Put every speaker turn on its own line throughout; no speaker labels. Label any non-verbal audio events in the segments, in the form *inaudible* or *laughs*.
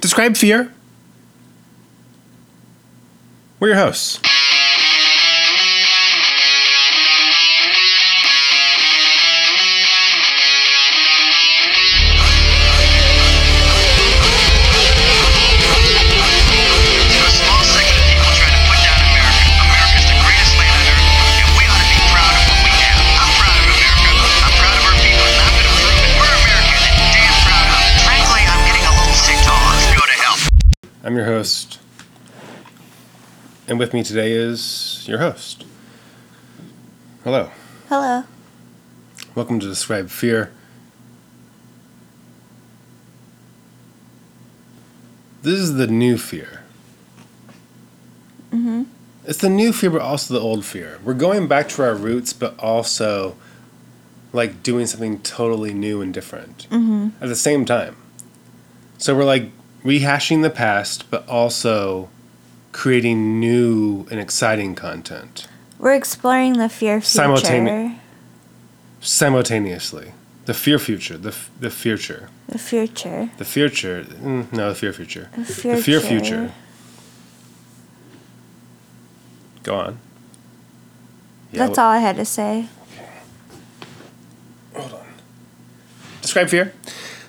Describe fear. We're your hosts.
To a small section of people trying to put down America. America's the greatest land on earth, and we ought to be proud of what we have. I'm proud of America. I'm proud of our people, and I'm going to prove it. We're Americans, and damn proud of it. Frankly, I'm getting a little sick to all this. Go to hell.
I'm your host. And with me today is your host. Hello.
Hello.
Welcome to Describe Fear. This is the new fear.
hmm
It's the new fear, but also the old fear. We're going back to our roots, but also like doing something totally new and different
hmm
at the same time. So we're like rehashing the past, but also creating new and exciting content
We're exploring the fear future.
Simultane- simultaneously. The fear future, the, f- the future,
The future.
the future. mm, No, the fear future.
The future.
The fear future. Go on. Yeah,
That's
wh-
all I had to say.
Hold on. Describe fear.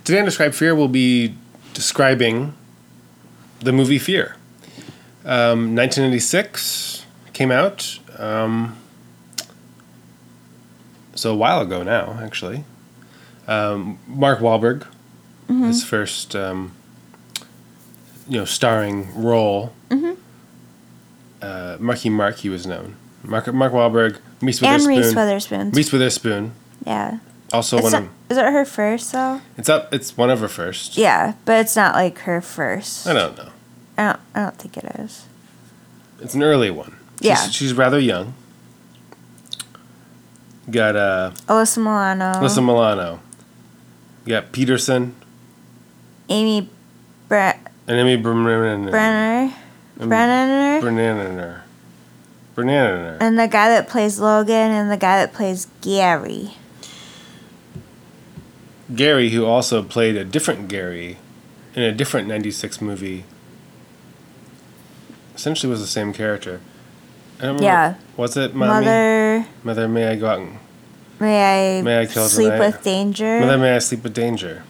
Today on Describe Fear, we'll be describing the movie Fear. Um, 1986 came out. Um, so a while ago now, actually. Um, Mark Wahlberg,
Mm-hmm.
his first, um, you know, starring role.
Mm-hmm.
Uh, Marky Mark, he was known. Mark, Mark Wahlberg, Reese
And
Witherspoon.
Reese Witherspoon.
Reese Witherspoon.
yeah.
Also
It's
one
not,
of
is it her first though?
it's up it's one of her first.
Yeah, but it's not like her first.
I don't know.
I don't, I don't think it is.
It's an early one. She's,
Yeah.
She's rather young. Got uh
Alyssa Milano.
Alyssa Milano. Got Peterson
Amy Bre-
and Emmy Brennan.
Brenner. Brenner.
Brennan. Brennan.
and the guy that plays Logan and the guy that plays Gary.
Gary, who also played a different Gary in a different 96 movie, essentially was the same character. I don't remember-
Yeah.
Was it Mommy? Mother,
Mother,
May I Go Out and
may I,
May I Kill
sleep
Tonight?
with danger
Mother May I Sleep with Danger.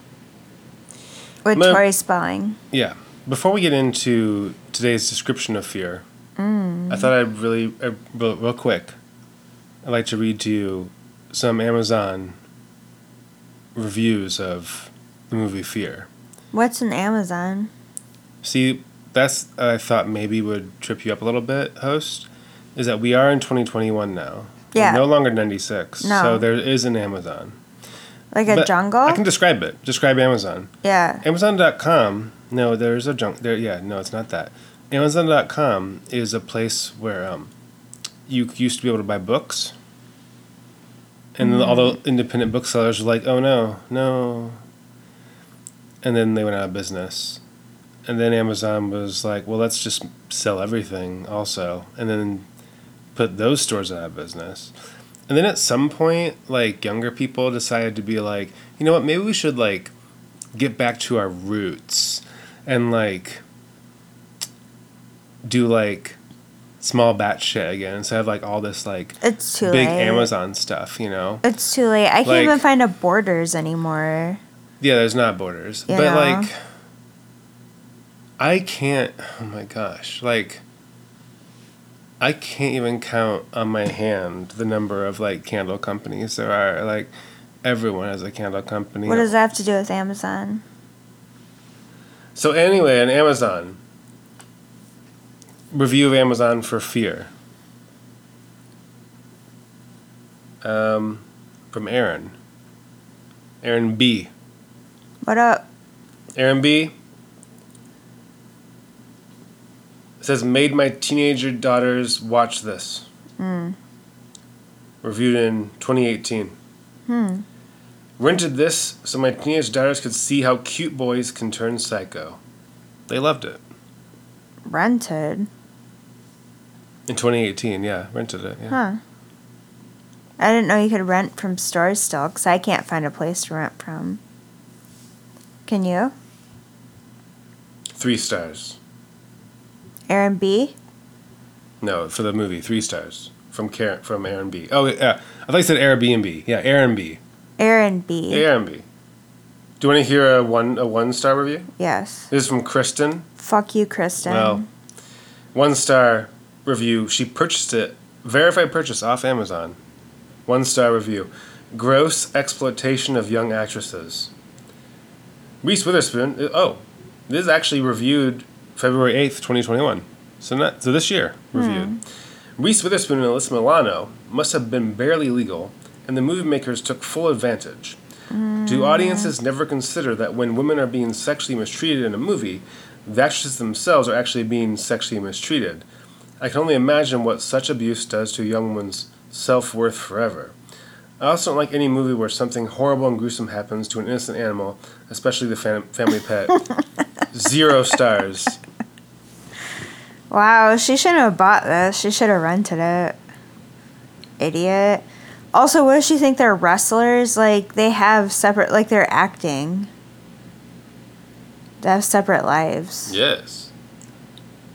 with
Ma'am.
Tori Spelling.
Yeah. Before we get into today's description of fear,
Mm.
I thought I'd really, uh, real, real quick, I'd like to read to you some Amazon reviews of the movie Fear.
What's an Amazon?
See, that's I thought maybe would trip you up a little bit, host, is that we are in 2021 now. We're
Yeah.
no longer 96.
No. Oh.
So there is an Amazon.
Like a
But
jungle?
I can describe it. Describe Amazon.
yeah.
Amazon.com. No, there's a junk there. Yeah, no, it's not that. Amazon.com is a place where um, you used to be able to buy books, and then all the independent booksellers were like, "Oh no, no," and then they went out of business, and then Amazon was like, "Well, let's just sell everything also," and then put those stores out of business. And then at some point, like younger people decided to be like, you know what, maybe we should like get back to our roots and like do like small batch shit again instead of like all this like
It's too
big
late.
Amazon stuff, you know?
It's too late. I can't
Like-
even find a Borders anymore.
Yeah, there's not borders.
You
but
know?
like I can't oh my gosh, like I can't even count on my hand the number of like candle companies there are. Like everyone has a candle company.
What does that have to do with Amazon?
So anyway, on Amazon, review of Amazon for fear. Um, from Aaron. Aaron B.
What up?
Aaron B. says made my teenager daughters watch this. Reviewed in 2018.
Hmm.
Rented this so my teenage daughters could see how cute boys can turn psycho. They loved it.
Rented?
In 2018, yeah, rented it. Yeah.
Huh. I didn't know you could rent from stores still because I can't find a place to rent from. Can you?
Three stars.
Aaron B.
No, for the movie, three stars from Karen, from Aaron B. Oh, yeah. I thought you said Airbnb. Yeah, Airbnb.
Aaron B.
Airbnb. Do you want to hear a one a one star review?
Yes.
This is from Kristen.
Fuck you, Kristen.
Well, one star review. She purchased it. Verified purchase off Amazon. One star review. Gross exploitation of young actresses. Reese Witherspoon. uh, Oh, this is actually reviewed February eighth, twenty twenty one. So not so this year reviewed. Reese Witherspoon and Alyssa Milano must have been barely legal, and the movie makers took full advantage. Do audiences never consider that when women are being sexually mistreated in a movie, the actresses themselves are actually being sexually mistreated? I can only imagine what such abuse does to a young woman's self worth forever. I also don't like any movie where something horrible and gruesome happens to an innocent animal, especially the fam- family pet. Zero stars.
Wow, she shouldn't have bought this. She should have rented it. Idiot. Also, what does she think they're wrestlers? Like, they have separate, like, they're acting. They have separate lives.
Yes.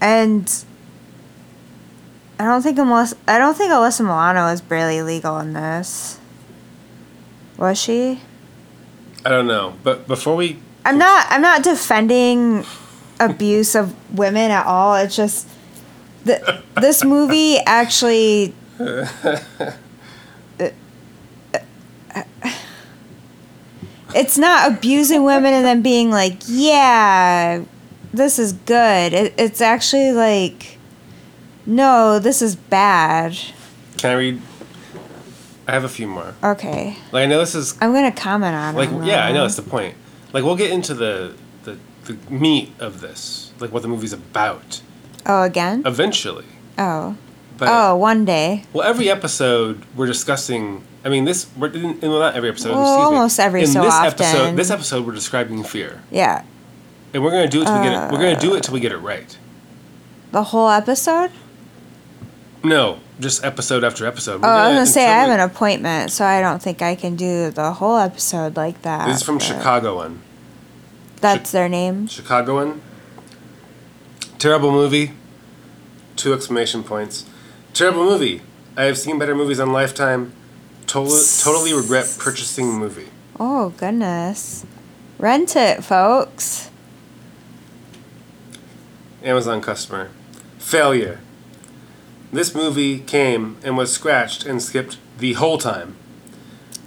And I don't think unless I don't think Alyssa Milano is barely legal in this. Was she?
I don't know, but before we
I'm not I'm not defending abuse of women at all. It's just the, this movie actually It's not abusing women and then being like, "Yeah, this is good." It, it's actually like no, this is bad.
can I read? I have a few more.
Okay.
Like I know this is
I'm going to comment on
like
it.
yeah, I know
now.
that's the point. Like we'll get into the, the the meat of this, like what the movie's about
Oh, again?
eventually.
Oh.
But
oh, one day.
well, every episode we're discussing. I mean, this we're in, well, not every episode.
Well,
excuse me.
almost every
in
so
this
often.
episode. This episode we're describing fear,
Yeah.
and we're gonna do it till we get it. We're gonna do it till we get it right.
The whole episode?
No, just episode after episode. We're
Oh, I was gonna say I have
until
an appointment, so I don't think I can do the whole episode like that.
we- This is from
but
Chicago one.
That's their name.
Chicagoan. Terrible movie. Two exclamation points. Terrible movie. I have seen better movies on Lifetime. Totally, totally regret purchasing movie.
Oh goodness, rent it, folks.
Amazon customer. Failure. This movie came and was scratched and skipped the whole time.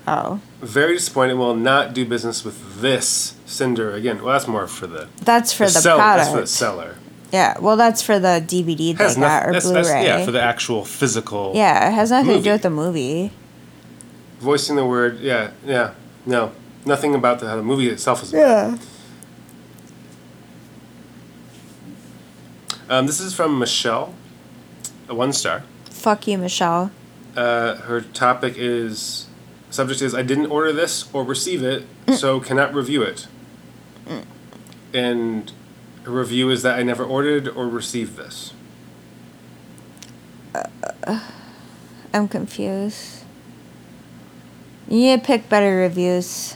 Oh,
Very disappointed. Will not do business with this Cinder again. Well, that's more for the,
that's for the,
seller.
product.
That's for the seller.
yeah, well, that's for the DVD they
Has nothing-
got or
that's-
Blu-ray.
that's-
yeah,
yeah, for the actual physical.
it has nothing to
movie.
do with the movie.
voicing the word yeah yeah no nothing about the, how the movie itself is about.
Yeah.
um, this is from michelle a one star
Fuck you, Michelle.
uh, her topic is subject is i didn't order this or receive it so cannot review it and her review is that i never ordered or received this
I'm confused. You need to pick better reviews.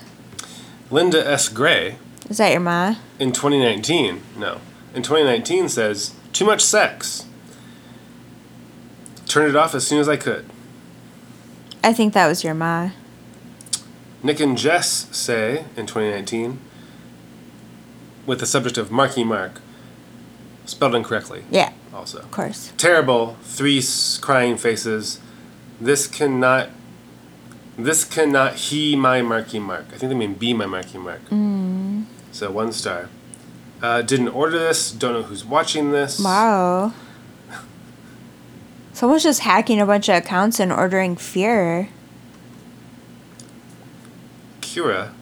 linda s gray
Is that your ma?
in 2019 no in 2019 says too much sex turned it off as soon as i could
I think that was your ma.
Nick and Jess say in 2019, with the subject of Marky Mark, spelled incorrectly,
Yeah,
also.
of course.
Terrible, three s- crying faces. This cannot, this cannot he my Marky Mark. I think they mean be my Marky Mark. So one star. Uh, didn't order this, don't know who's watching this.
Wow. Someone's just hacking a bunch of accounts and ordering fear.
Cura,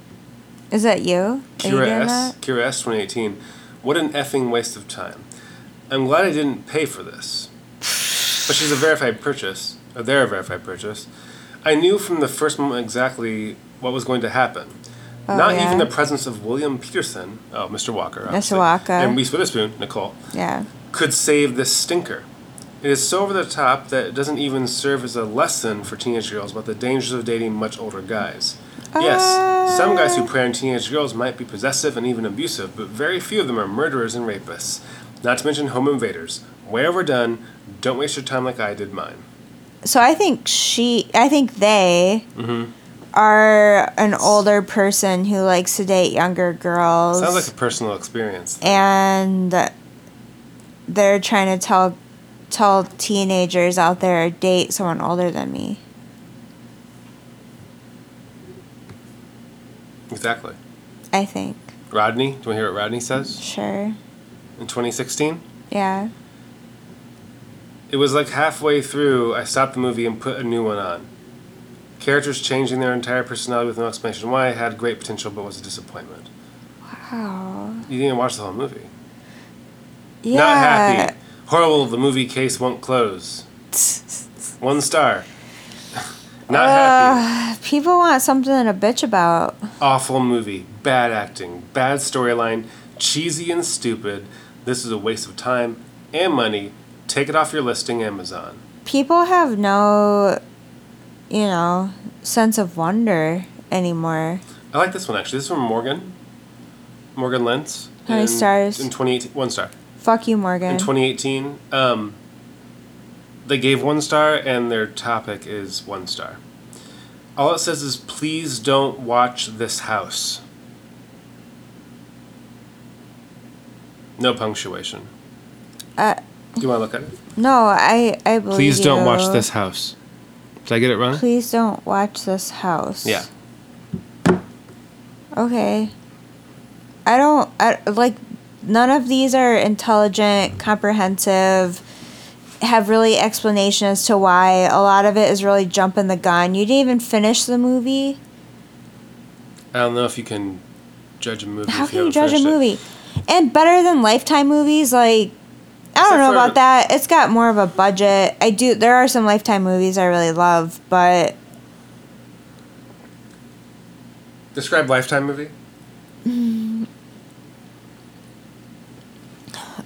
Is that you? Are you
Cura
doing
S,
that?
Cura S 2018. What an effing waste of time. I'm glad I didn't pay for this. But she's a verified purchase, or they're a verified purchase. I knew from the first moment exactly what was going to happen. Not
Oh, yeah.
even the presence of William Peterson, oh, Mr. Walker, obviously,
Walker.
and Reese Witherspoon, Nicole,
Yeah.
could save this stinker. It is so over the top that it doesn't even serve as a lesson for teenage girls about the dangers of dating much older guys. Yes, some guys who prey on teenage girls might be possessive and even abusive, but very few of them are murderers and rapists. Not to mention home invaders. Way overdone. Don't waste your time like I did mine.
So I think she, I think they
Mm-hmm.
are an older person who likes to date younger girls.
Sounds like a personal experience.
and they're trying to tell tell teenagers out there date someone older than me.
Exactly.
I think.
Rodney, do you want to hear what Rodney says
Sure.
in 2016?
Yeah.
It was like halfway through, I stopped the movie and put a new one on. Characters changing their entire personality with no explanation why had great potential but was a disappointment.
Wow.
You didn't watch the whole movie.
Yeah.
Not happy. Horrible, the movie case won't close. One star. *laughs* Not happy.
Ugh, Uh, people want something to bitch about.
Awful movie. Bad acting. Bad storyline. Cheesy and stupid. This is a waste of time and money. Take it off your listing, Amazon.
People have no, you know, sense of wonder anymore.
I like this one actually. This is from Morgan. Morgan Lentz.
How many
in-
stars?
In 2018. One star.
Fuck you, Morgan.
In 2018, um, they gave one star, and their topic is one star. All it says is, please don't watch this house. No punctuation.
Uh,
Do you want to look at it?
no, I I believe
Please don't watch
you.
this house. Did I get it wrong?
Please don't watch this house.
Yeah.
Okay. I don't I, like none of these are intelligent, comprehensive, have really explanation as to why. A lot of it is really jumping the gun. You didn't even finish the movie.
I don't know if you can judge a movie.
How
if
can you
haven't
judge a
finished it.
movie? And better than Lifetime movies, like I
Except
don't know
for-
about that. It's got more of a budget. I do. There are some Lifetime movies I really love, but
Describe Lifetime movie.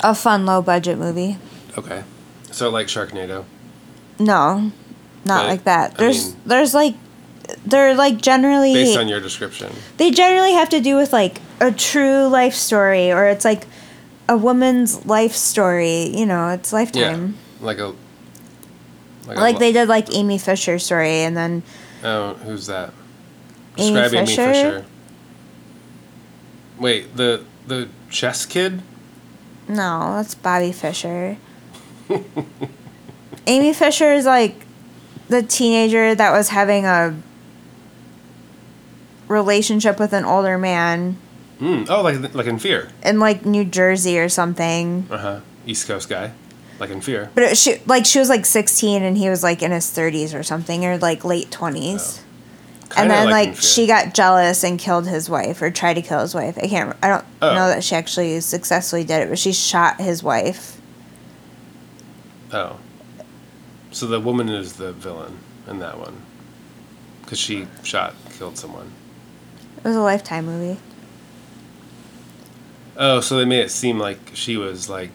a fun low budget movie.
Okay. So like Sharknado.
No, not
But,
like that.
I
There's
mean-
there's like they're like generally
Based on your description.
they generally have to do with like a true life story or it's like a woman's life story. You know, it's lifetime.
Yeah. Like a. Like,
Like they did like Amy Fisher's story and then
Oh, who's that?
Amy
Describe Amy Fisher.
Fisher?
Wait, the the chess kid.
no, that's
*laughs*
Bobby Fisher. Amy Fisher is like the teenager that was having a relationship with an older man
Mm, oh, like like in Fear.
in like New Jersey or something.
Uh huh. East Coast guy, like in Fear.
But it, she like she was like 16 and he was like in his 30s or something or like late 20s. and
Kinda
then
in
like,
Fear.
she got jealous and killed his wife or tried to kill his wife. I can't I don't
Oh.
know that she actually successfully did it, but she shot his wife.
Oh. So the woman is the villain in that one, because she shot killed someone.
It was a lifetime movie.
Oh, so they made it seem like she was like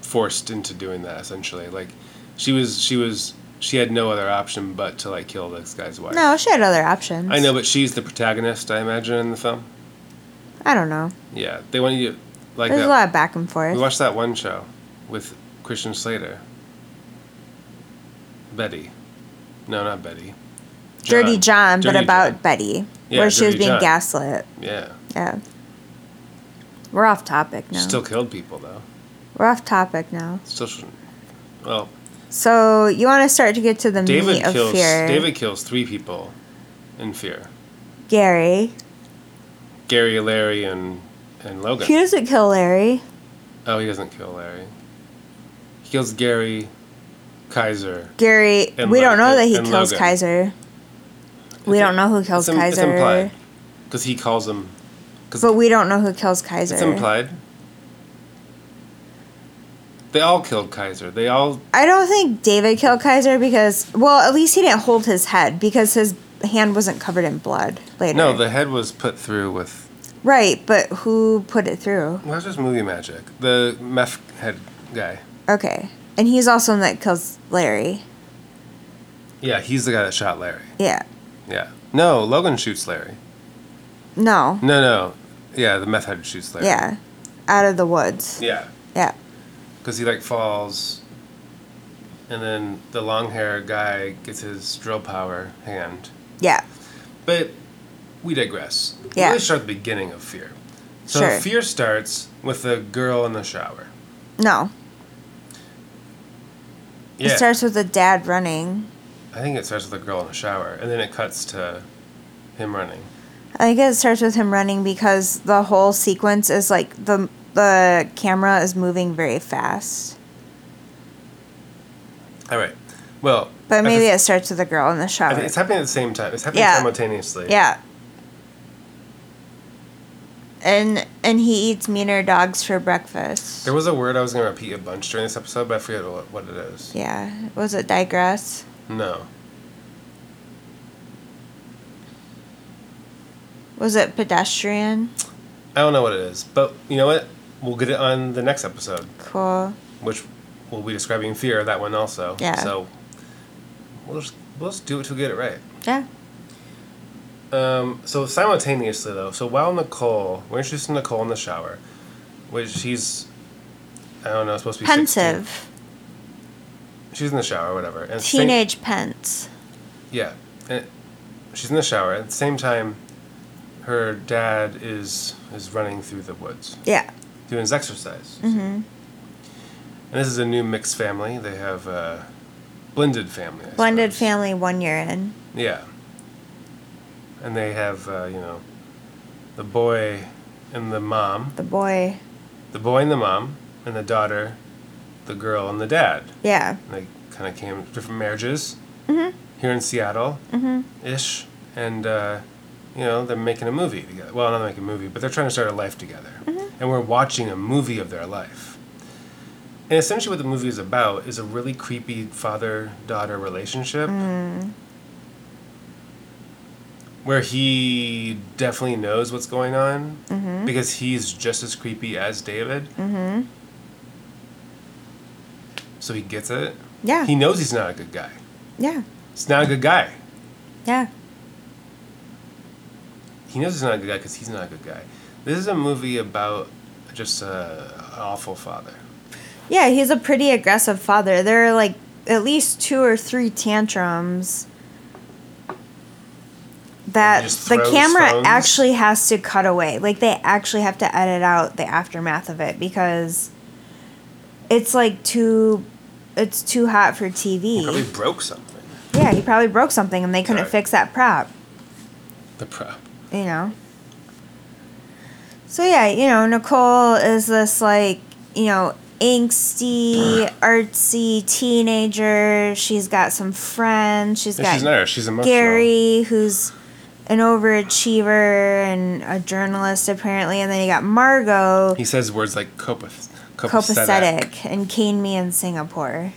forced into doing that essentially. Like she was she was she had no other option but to like kill this guy's wife.
No, she had other options.
I know, but she's the protagonist, I imagine, in the film.
I don't know.
Yeah, they want you like
There's a
that.
lot of back and forth.
We watched that one show with Christian Slater. Betty, no, not Betty.
Dirty John, but
Dirty
about
John.
Betty,
Yeah,
where she was
Dirty
being
John.
gaslit.
yeah,
Yeah. We're off topic now.
still killed people though.
We're off topic now.
Still, shouldn't- well,
So you want to start to get to the
David
meat of
kills
fear.
David kills three people in Fear.
Gary.
Gary, Larry, and and Logan.
He doesn't kill Larry.
Oh, he doesn't kill Larry. He kills Gary, Kaiser.
Gary.
And
we
Lo-
don't know that he
and
kills
Logan.
Kaiser. We
It's
don't know who kills
it's im- It's
Kaiser.
implied because he calls him. Cause
But we don't know who kills Kaiser.
It's implied. They all killed Kaiser. They all.
I don't think David killed Kaiser because, well, at least he didn't hold his head because his hand wasn't covered in blood later.
No, the head was put through with.
right, but who put it through?
Well, that's just movie magic. The meth head guy.
Okay. And he's also in that kills Larry.
Yeah, he's the guy that shot Larry.
Yeah.
Yeah. No, Logan shoots Larry.
No.
No, no. Yeah, the meth head shoots Larry.
Yeah. Out of the woods.
Yeah.
Yeah.
Because he like falls, and then the long hair guy gets his drill power hand.
Yeah.
But we digress. We
Yeah.
really start at the beginning of Fear. So
Sure.
Fear starts with a girl in the shower.
No.
Yeah.
It starts with the dad running.
I think it starts with a girl in the shower, and then it cuts to him running.
I think it starts with him running because the whole sequence is like the the camera is moving very fast.
All right. Well,
But
at
maybe
the-
it starts with the girl in the
I
shower.
think it's happening at the same time. It's happening
Yeah.
simultaneously.
Yeah. And and he eats meaner dogs for breakfast.
There was a word I was going to repeat a bunch during this episode, but I forget what, what it is.
Yeah. Was it digress?
No.
Was it pedestrian?
I don't know what it is, but you know what? We'll get it on the next episode,
Cool.
which we'll be describing fear, that one also.
Yeah.
So we'll just, we'll just do it to get it right.
Yeah.
Um, so simultaneously, though, so while Nicole, we're introduced to Nicole in the shower, which she's, I don't know, supposed to be 16.
Pensive.
She's in the shower, whatever. And same-
Teenage pence.
Yeah. And she's in the shower. At the same time, her dad is is running through the woods
Yeah.
doing his exercise. Mm-hmm. And this is a new mixed family. They have a blended family. I
Blended
suppose.
family one year in.
Yeah. And they have, uh, you know, the boy and the mom,
The boy.
the boy and the mom, and the daughter, the girl and the dad.
Yeah.
And they kind of came different marriages here in Seattle ish, and uh, you know they're making a movie together. Well, not making a movie, but they're trying to start a life together, and we're watching a movie of their life. And essentially, what the movie is about is a really creepy father-daughter relationship. Where he definitely knows what's going on because he's just as creepy as David.
Mm.
Mm-hmm. So he gets it.
Yeah.
He knows he's not a good guy.
yeah.
He's not a good guy.
Yeah.
He knows he's not a good guy because he's not a good guy. This is a movie about just a, an awful father.
Yeah, he's a pretty aggressive father. There are like at least two or three tantrums that
He just
the
throws
camera
phones?
actually has to cut away. Like they actually have to edit out the aftermath of it because it's like too it's too hot for
He probably
TV.
broke something.
Yeah, he probably broke something and they couldn't
Sorry.
fix that prop
The prop.
you know. So yeah, you know, Nicole is this like, you know,
*sighs*
angsty, artsy teenager. She's got some friends. She's
Yeah,
got
she's not. She's emotional.
Gary, who's an overachiever and a journalist apparently, and then you got Margot,
He says words like copath- copacetic.
copacetic, and Cane Me in Singapore.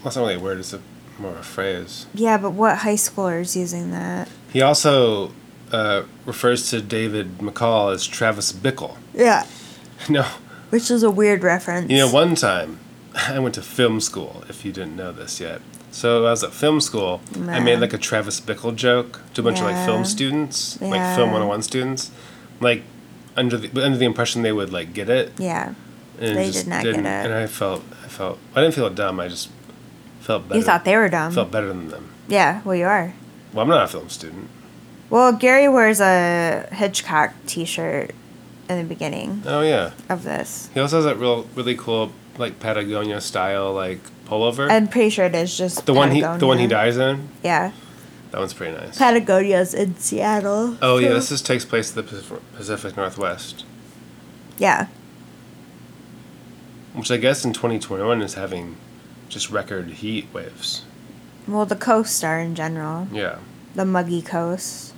Well, it's not really a word. It's a, more of a phrase.
Yeah, but what high schooler's using that?
He also uh, refers to David McCall as Travis Bickle. *laughs*
Yeah,
No,
which is a weird reference.
You know, one time *laughs* I went to film school, if you didn't know this yet. So I was at film school. I made
Nah.
like a Travis Bickle joke to a bunch of like
Yeah.
film students, like
Yeah.
film 101 students, like under the but under the impression they would like get it.
Yeah,
And it
They did not get it.
And I felt I felt I didn't feel dumb. I just felt better.
you thought they were dumb.
felt better than them.
yeah, well, you are.
Well, I'm not a film student.
Well, Gary wears a Hitchcock T-shirt in the beginning
Oh yeah.
of this.
He also has that real really cool like Patagonia style like pullover.
I'm pretty sure it is just
the one he the one he
Patagonia.
dies in.
Yeah,
That one's pretty nice.
Patagonia's in Seattle.
Oh yeah,
so-
this is takes place in the Pacif- Pacific Northwest,
yeah,
which I guess in 2021 is having just record heat waves.
well, the coasts are in general
Yeah.
the muggy coast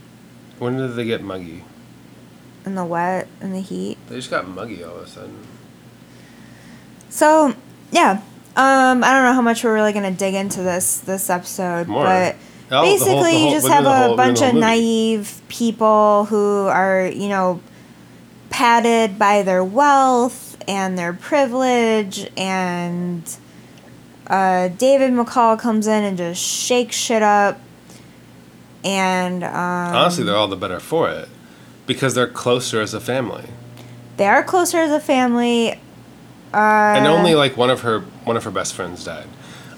When did they get muggy?
and the wet and the heat.
They just got muggy all of a sudden.
So yeah, um, I don't know how much we're really gonna dig into this this episode,
More.
but
Oh, the whole- the
basically
whole-
you just
within
have
the whole-
a
within
bunch
the
of
whole movie.
naive people who are you know padded by their wealth and their privilege and Uh, David McCall comes in and just shakes shit up. And um,
Honestly, they're all the better for it because they're closer as a family.
they are closer as a family. Uh,
and only like one of her one of her best friends died.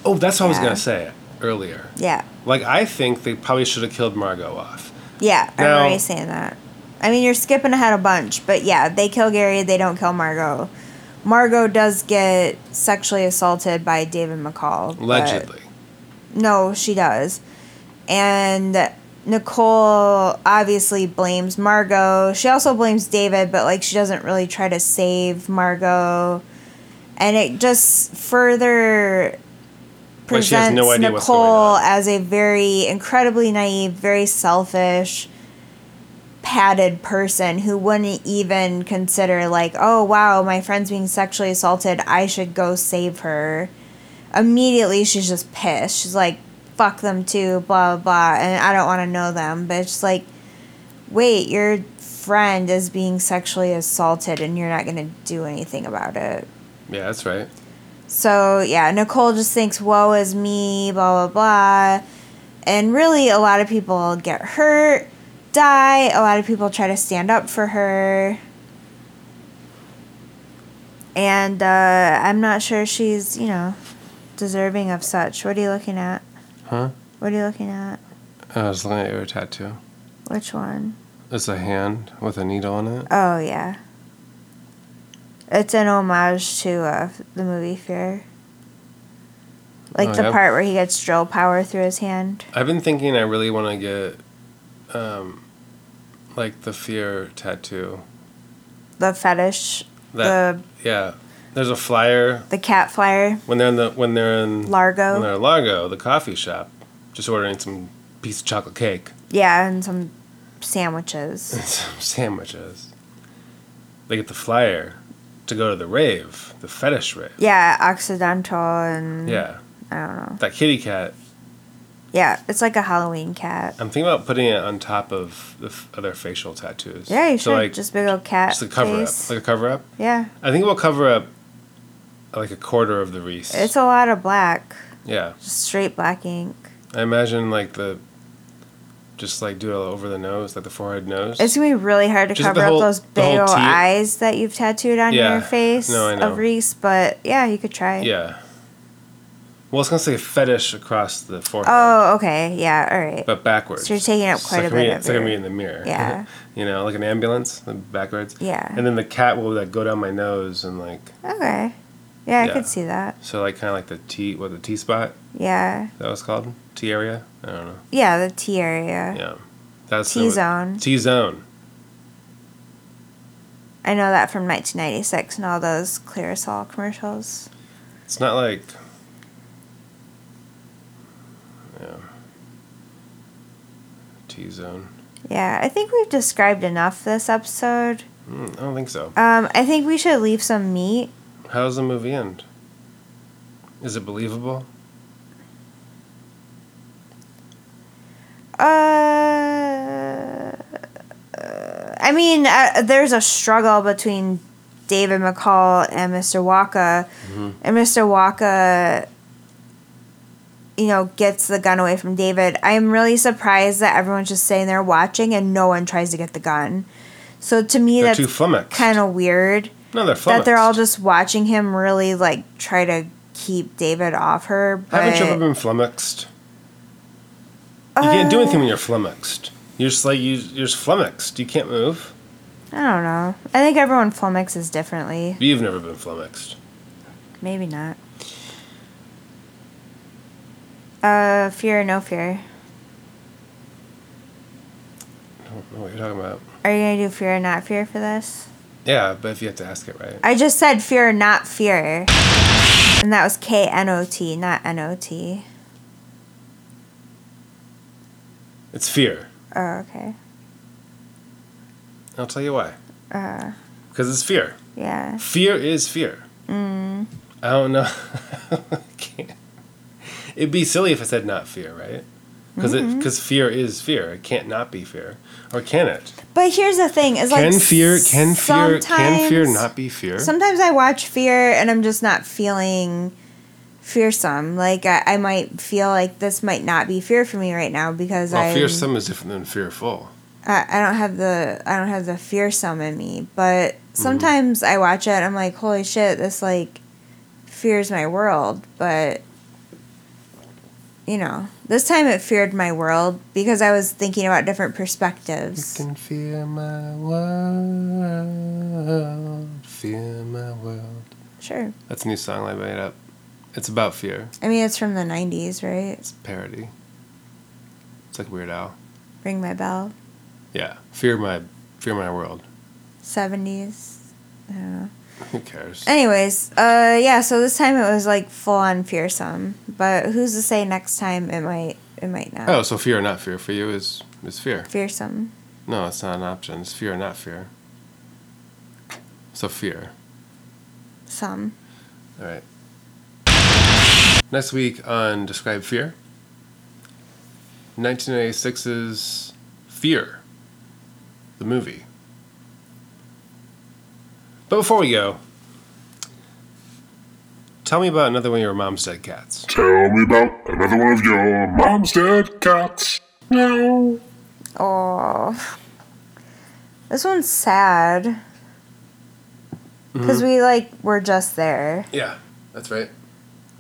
Oh, that's what I was
Yeah.
gonna say earlier.
yeah,
Like I think they probably should have killed Margot off.
yeah. I'm
Now-
already saying that. I mean, you're skipping ahead a bunch, but yeah, they kill Gary. They don't kill Margot. Margot does get sexually assaulted by David McCall. but-
Allegedly,
No, she does. And Nicole obviously blames Margot. She also blames David, but like she doesn't really try to save Margot. And it just further
Like,
presents
she has no idea
Nicole
what's going on.
as a very incredibly naive, very selfish, padded person who wouldn't even consider like, oh wow, my friend's being sexually assaulted. I should go save her immediately she's just pissed. She's like, fuck them too, blah, blah, blah. And I don't want to know them. But it's just like, wait, your friend is being sexually assaulted and you're not going to do anything about it.
yeah, that's right.
So, yeah, Nicole just thinks, woe is me, blah, blah, blah. And really, a lot of people get hurt, die. A lot of people try to stand up for her. And uh, I'm not sure she's, you know, deserving of such. What are you looking at?
Huh?
What are you looking at?
I was looking at your tattoo.
Which one?
It's a hand with a needle in it.
Oh, yeah. It's an homage to uh, the movie Fear. Like
Oh,
the
yeah.
part where he gets drill power through his hand.
I've been thinking I really want to get, um, like the fear tattoo.
the fetish,
That yeah. There's a flyer
the the cat flyer,
when they're in the when they're in
Largo.
when they're in Largo, the coffee shop, just ordering some piece of chocolate cake. *laughs*
Yeah, and some sandwiches.
some sandwiches. They get the flyer to go to the rave, the fetish rave.
Yeah, Occidental and
Yeah,
I don't know.
that kitty cat.
Yeah, it's like a Halloween cat.
I'm thinking about putting it on top of the f- other facial tattoos.
Yeah, you should
so like
just big old cat.
just a cover
face.
up, like a cover up.
yeah,
I think we'll cover up like a quarter of the wreath.
it's a lot of black,
yeah,
just straight black ink.
I imagine like the just like do it all over the nose, like the forehead nose.
It's gonna be really hard to
Just
cover
the whole-
up those
the
big
whole
old
teeth.
eyes that you've tattooed on
Yeah.
your face
No, I know.
of Reese, but yeah, you could try.
yeah. Well, it's gonna say fetish across the forehead,
Oh, okay. Yeah. All right.
but backwards.
So you're taking up
It's
quite
like
a
me-
bit of
It's like
your-
me in the mirror.
Yeah.
*laughs* you know, like an ambulance, the backwards.
Yeah.
uh, And then the cat will like go down my nose and like
Okay. Yeah, I
Yeah.
could see that.
so like kind of like the T what the T spot
Yeah.
that was called T area. I don't know.
Yeah, the T area.
Yeah, that's
T zone.
T zone.
I know that from 1996 and all those Clearasil commercials.
It's not like. Yeah. T zone.
Yeah, I think we've described enough this episode.
Mm, I don't think so.
Um, I think we should leave some meat.
How does the movie end? Is it believable?
Uh, uh, I mean, uh, there's a struggle between David McCall and Mr. Waka,
Mm-hmm.
and Mr. Waka, you know, gets the gun away from David. I'm really surprised that everyone's just sitting there watching and no one tries to get the gun. So to me,
They're
that's
too flummoxed.
kind of weird
No, they're
that
flummoxed.
they're all just watching him really like try to keep David off her. But
Haven't you ever been flummoxed? You can't do
Uh,
anything when you're flummoxed. You're just like you, you're just flummoxed. You can't move.
I don't know. I think everyone flummoxes differently.
You've never been flummoxed.
Maybe not. Uh, fear or no fear?
I don't know what you're talking about.
Are you gonna do fear or not fear for this?
Yeah, but if you have to ask it right.
I just said fear or not fear, and that was K N O T, not N O T.
It's fear.
Oh, okay.
I'll tell you why.
Uh,
Because it's fear.
yeah.
Fear is fear.
Mm.
I don't know. *laughs* Can't- It'd be silly if I said not fear, right? Because because fear is fear. It can't not be fear, or can it?
But here's the thing: is like
can fear? Can fear? Can fear
sometimes-
not be fear?
Sometimes I watch Fear and I'm just not feeling fearsome. Like I, I might feel like this might not be fear for me right now because
Well,
I
fearsome is different than fearful.
I, I don't have the I don't have the fearsome in me. But
Mm-hmm.
sometimes I watch it and I'm like, holy shit, this like fears my world. But you know, this time it feared my world because I was thinking about different perspectives.
Can fear my world, fear my world.
Sure.
That's a new song I made up. It's about fear.
I mean, it's from the '90s, right?
It's a parody. It's like Weird Al.
Ring my bell.
Yeah, fear my, fear my world.
'70s. I don't know.
Who cares?
Anyways, uh, yeah. So this time it was like full on fearsome, but who's to say next time it might it might not
Oh, so fear or not fear for you is is fear.
fearsome.
No, it's not an option. It's fear or not fear. So fear.
Some.
All right. Next week on Describe Fear 1996's Fear, the movie. But before we go, tell me about another one of your mom's dead cats.
Tell me about another one of your mom's dead cats. No.
Oh, this one's sad
Mm-hmm.
because we like were just there.
Yeah, that's right.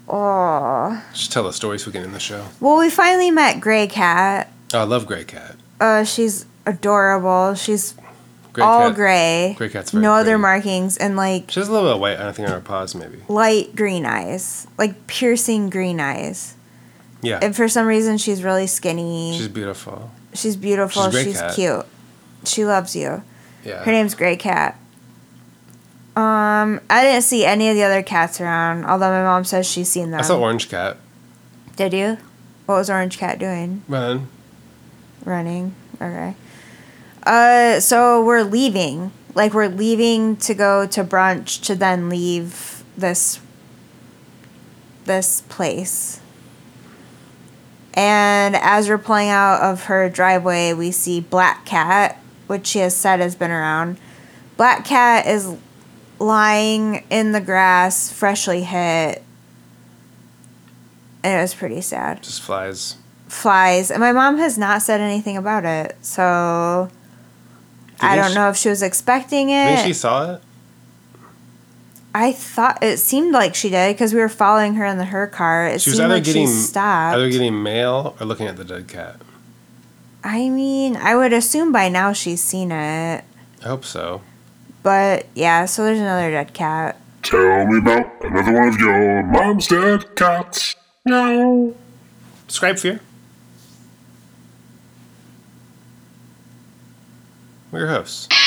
Oh,
Just tell the story so we can end the show.
well, we finally met Gray Cat.
Oh, I love Gray Cat.
Uh, she's adorable. She's
Gray
all
Cat.
gray.
Gray Cat's very
no other
pretty.
markings and like
She has a little bit of white, I don't think, on her paws, maybe.
light green eyes, like piercing green eyes.
Yeah.
And for some reason, she's really skinny.
She's
She's,
beautiful.
beautiful.
she's a
She's,
great cat.
cute. She loves you.
Yeah.
Her name's Gray Cat. Um, I didn't see any of the other cats around, although my mom says she's seen them.
I saw Orange Cat.
Did you? What was Orange Cat doing?
Run.
Running. Okay. Uh, so we're leaving. Like we're leaving to go to brunch to then leave this this place. And as we're pulling out of her driveway, we see Black Cat, which she has said has been around. Black Cat is lying in the grass, freshly hit. And it was pretty sad
Just flies.
flies, and my mom has not said anything about it. So
Do you
I
think
don't
she-
know if she was expecting it.
Think she saw it?
I thought it seemed like she did because we were following her in the her car. It
She was
seemed
either
like
getting
she stopped.
either getting mail or looking at the dead cat.
I mean, I would assume by now she's seen it.
I hope so.
But yeah, so there's another dead cat.
Tell me about another one of your mom's dead cats. No.
Describe fear. We're your hosts.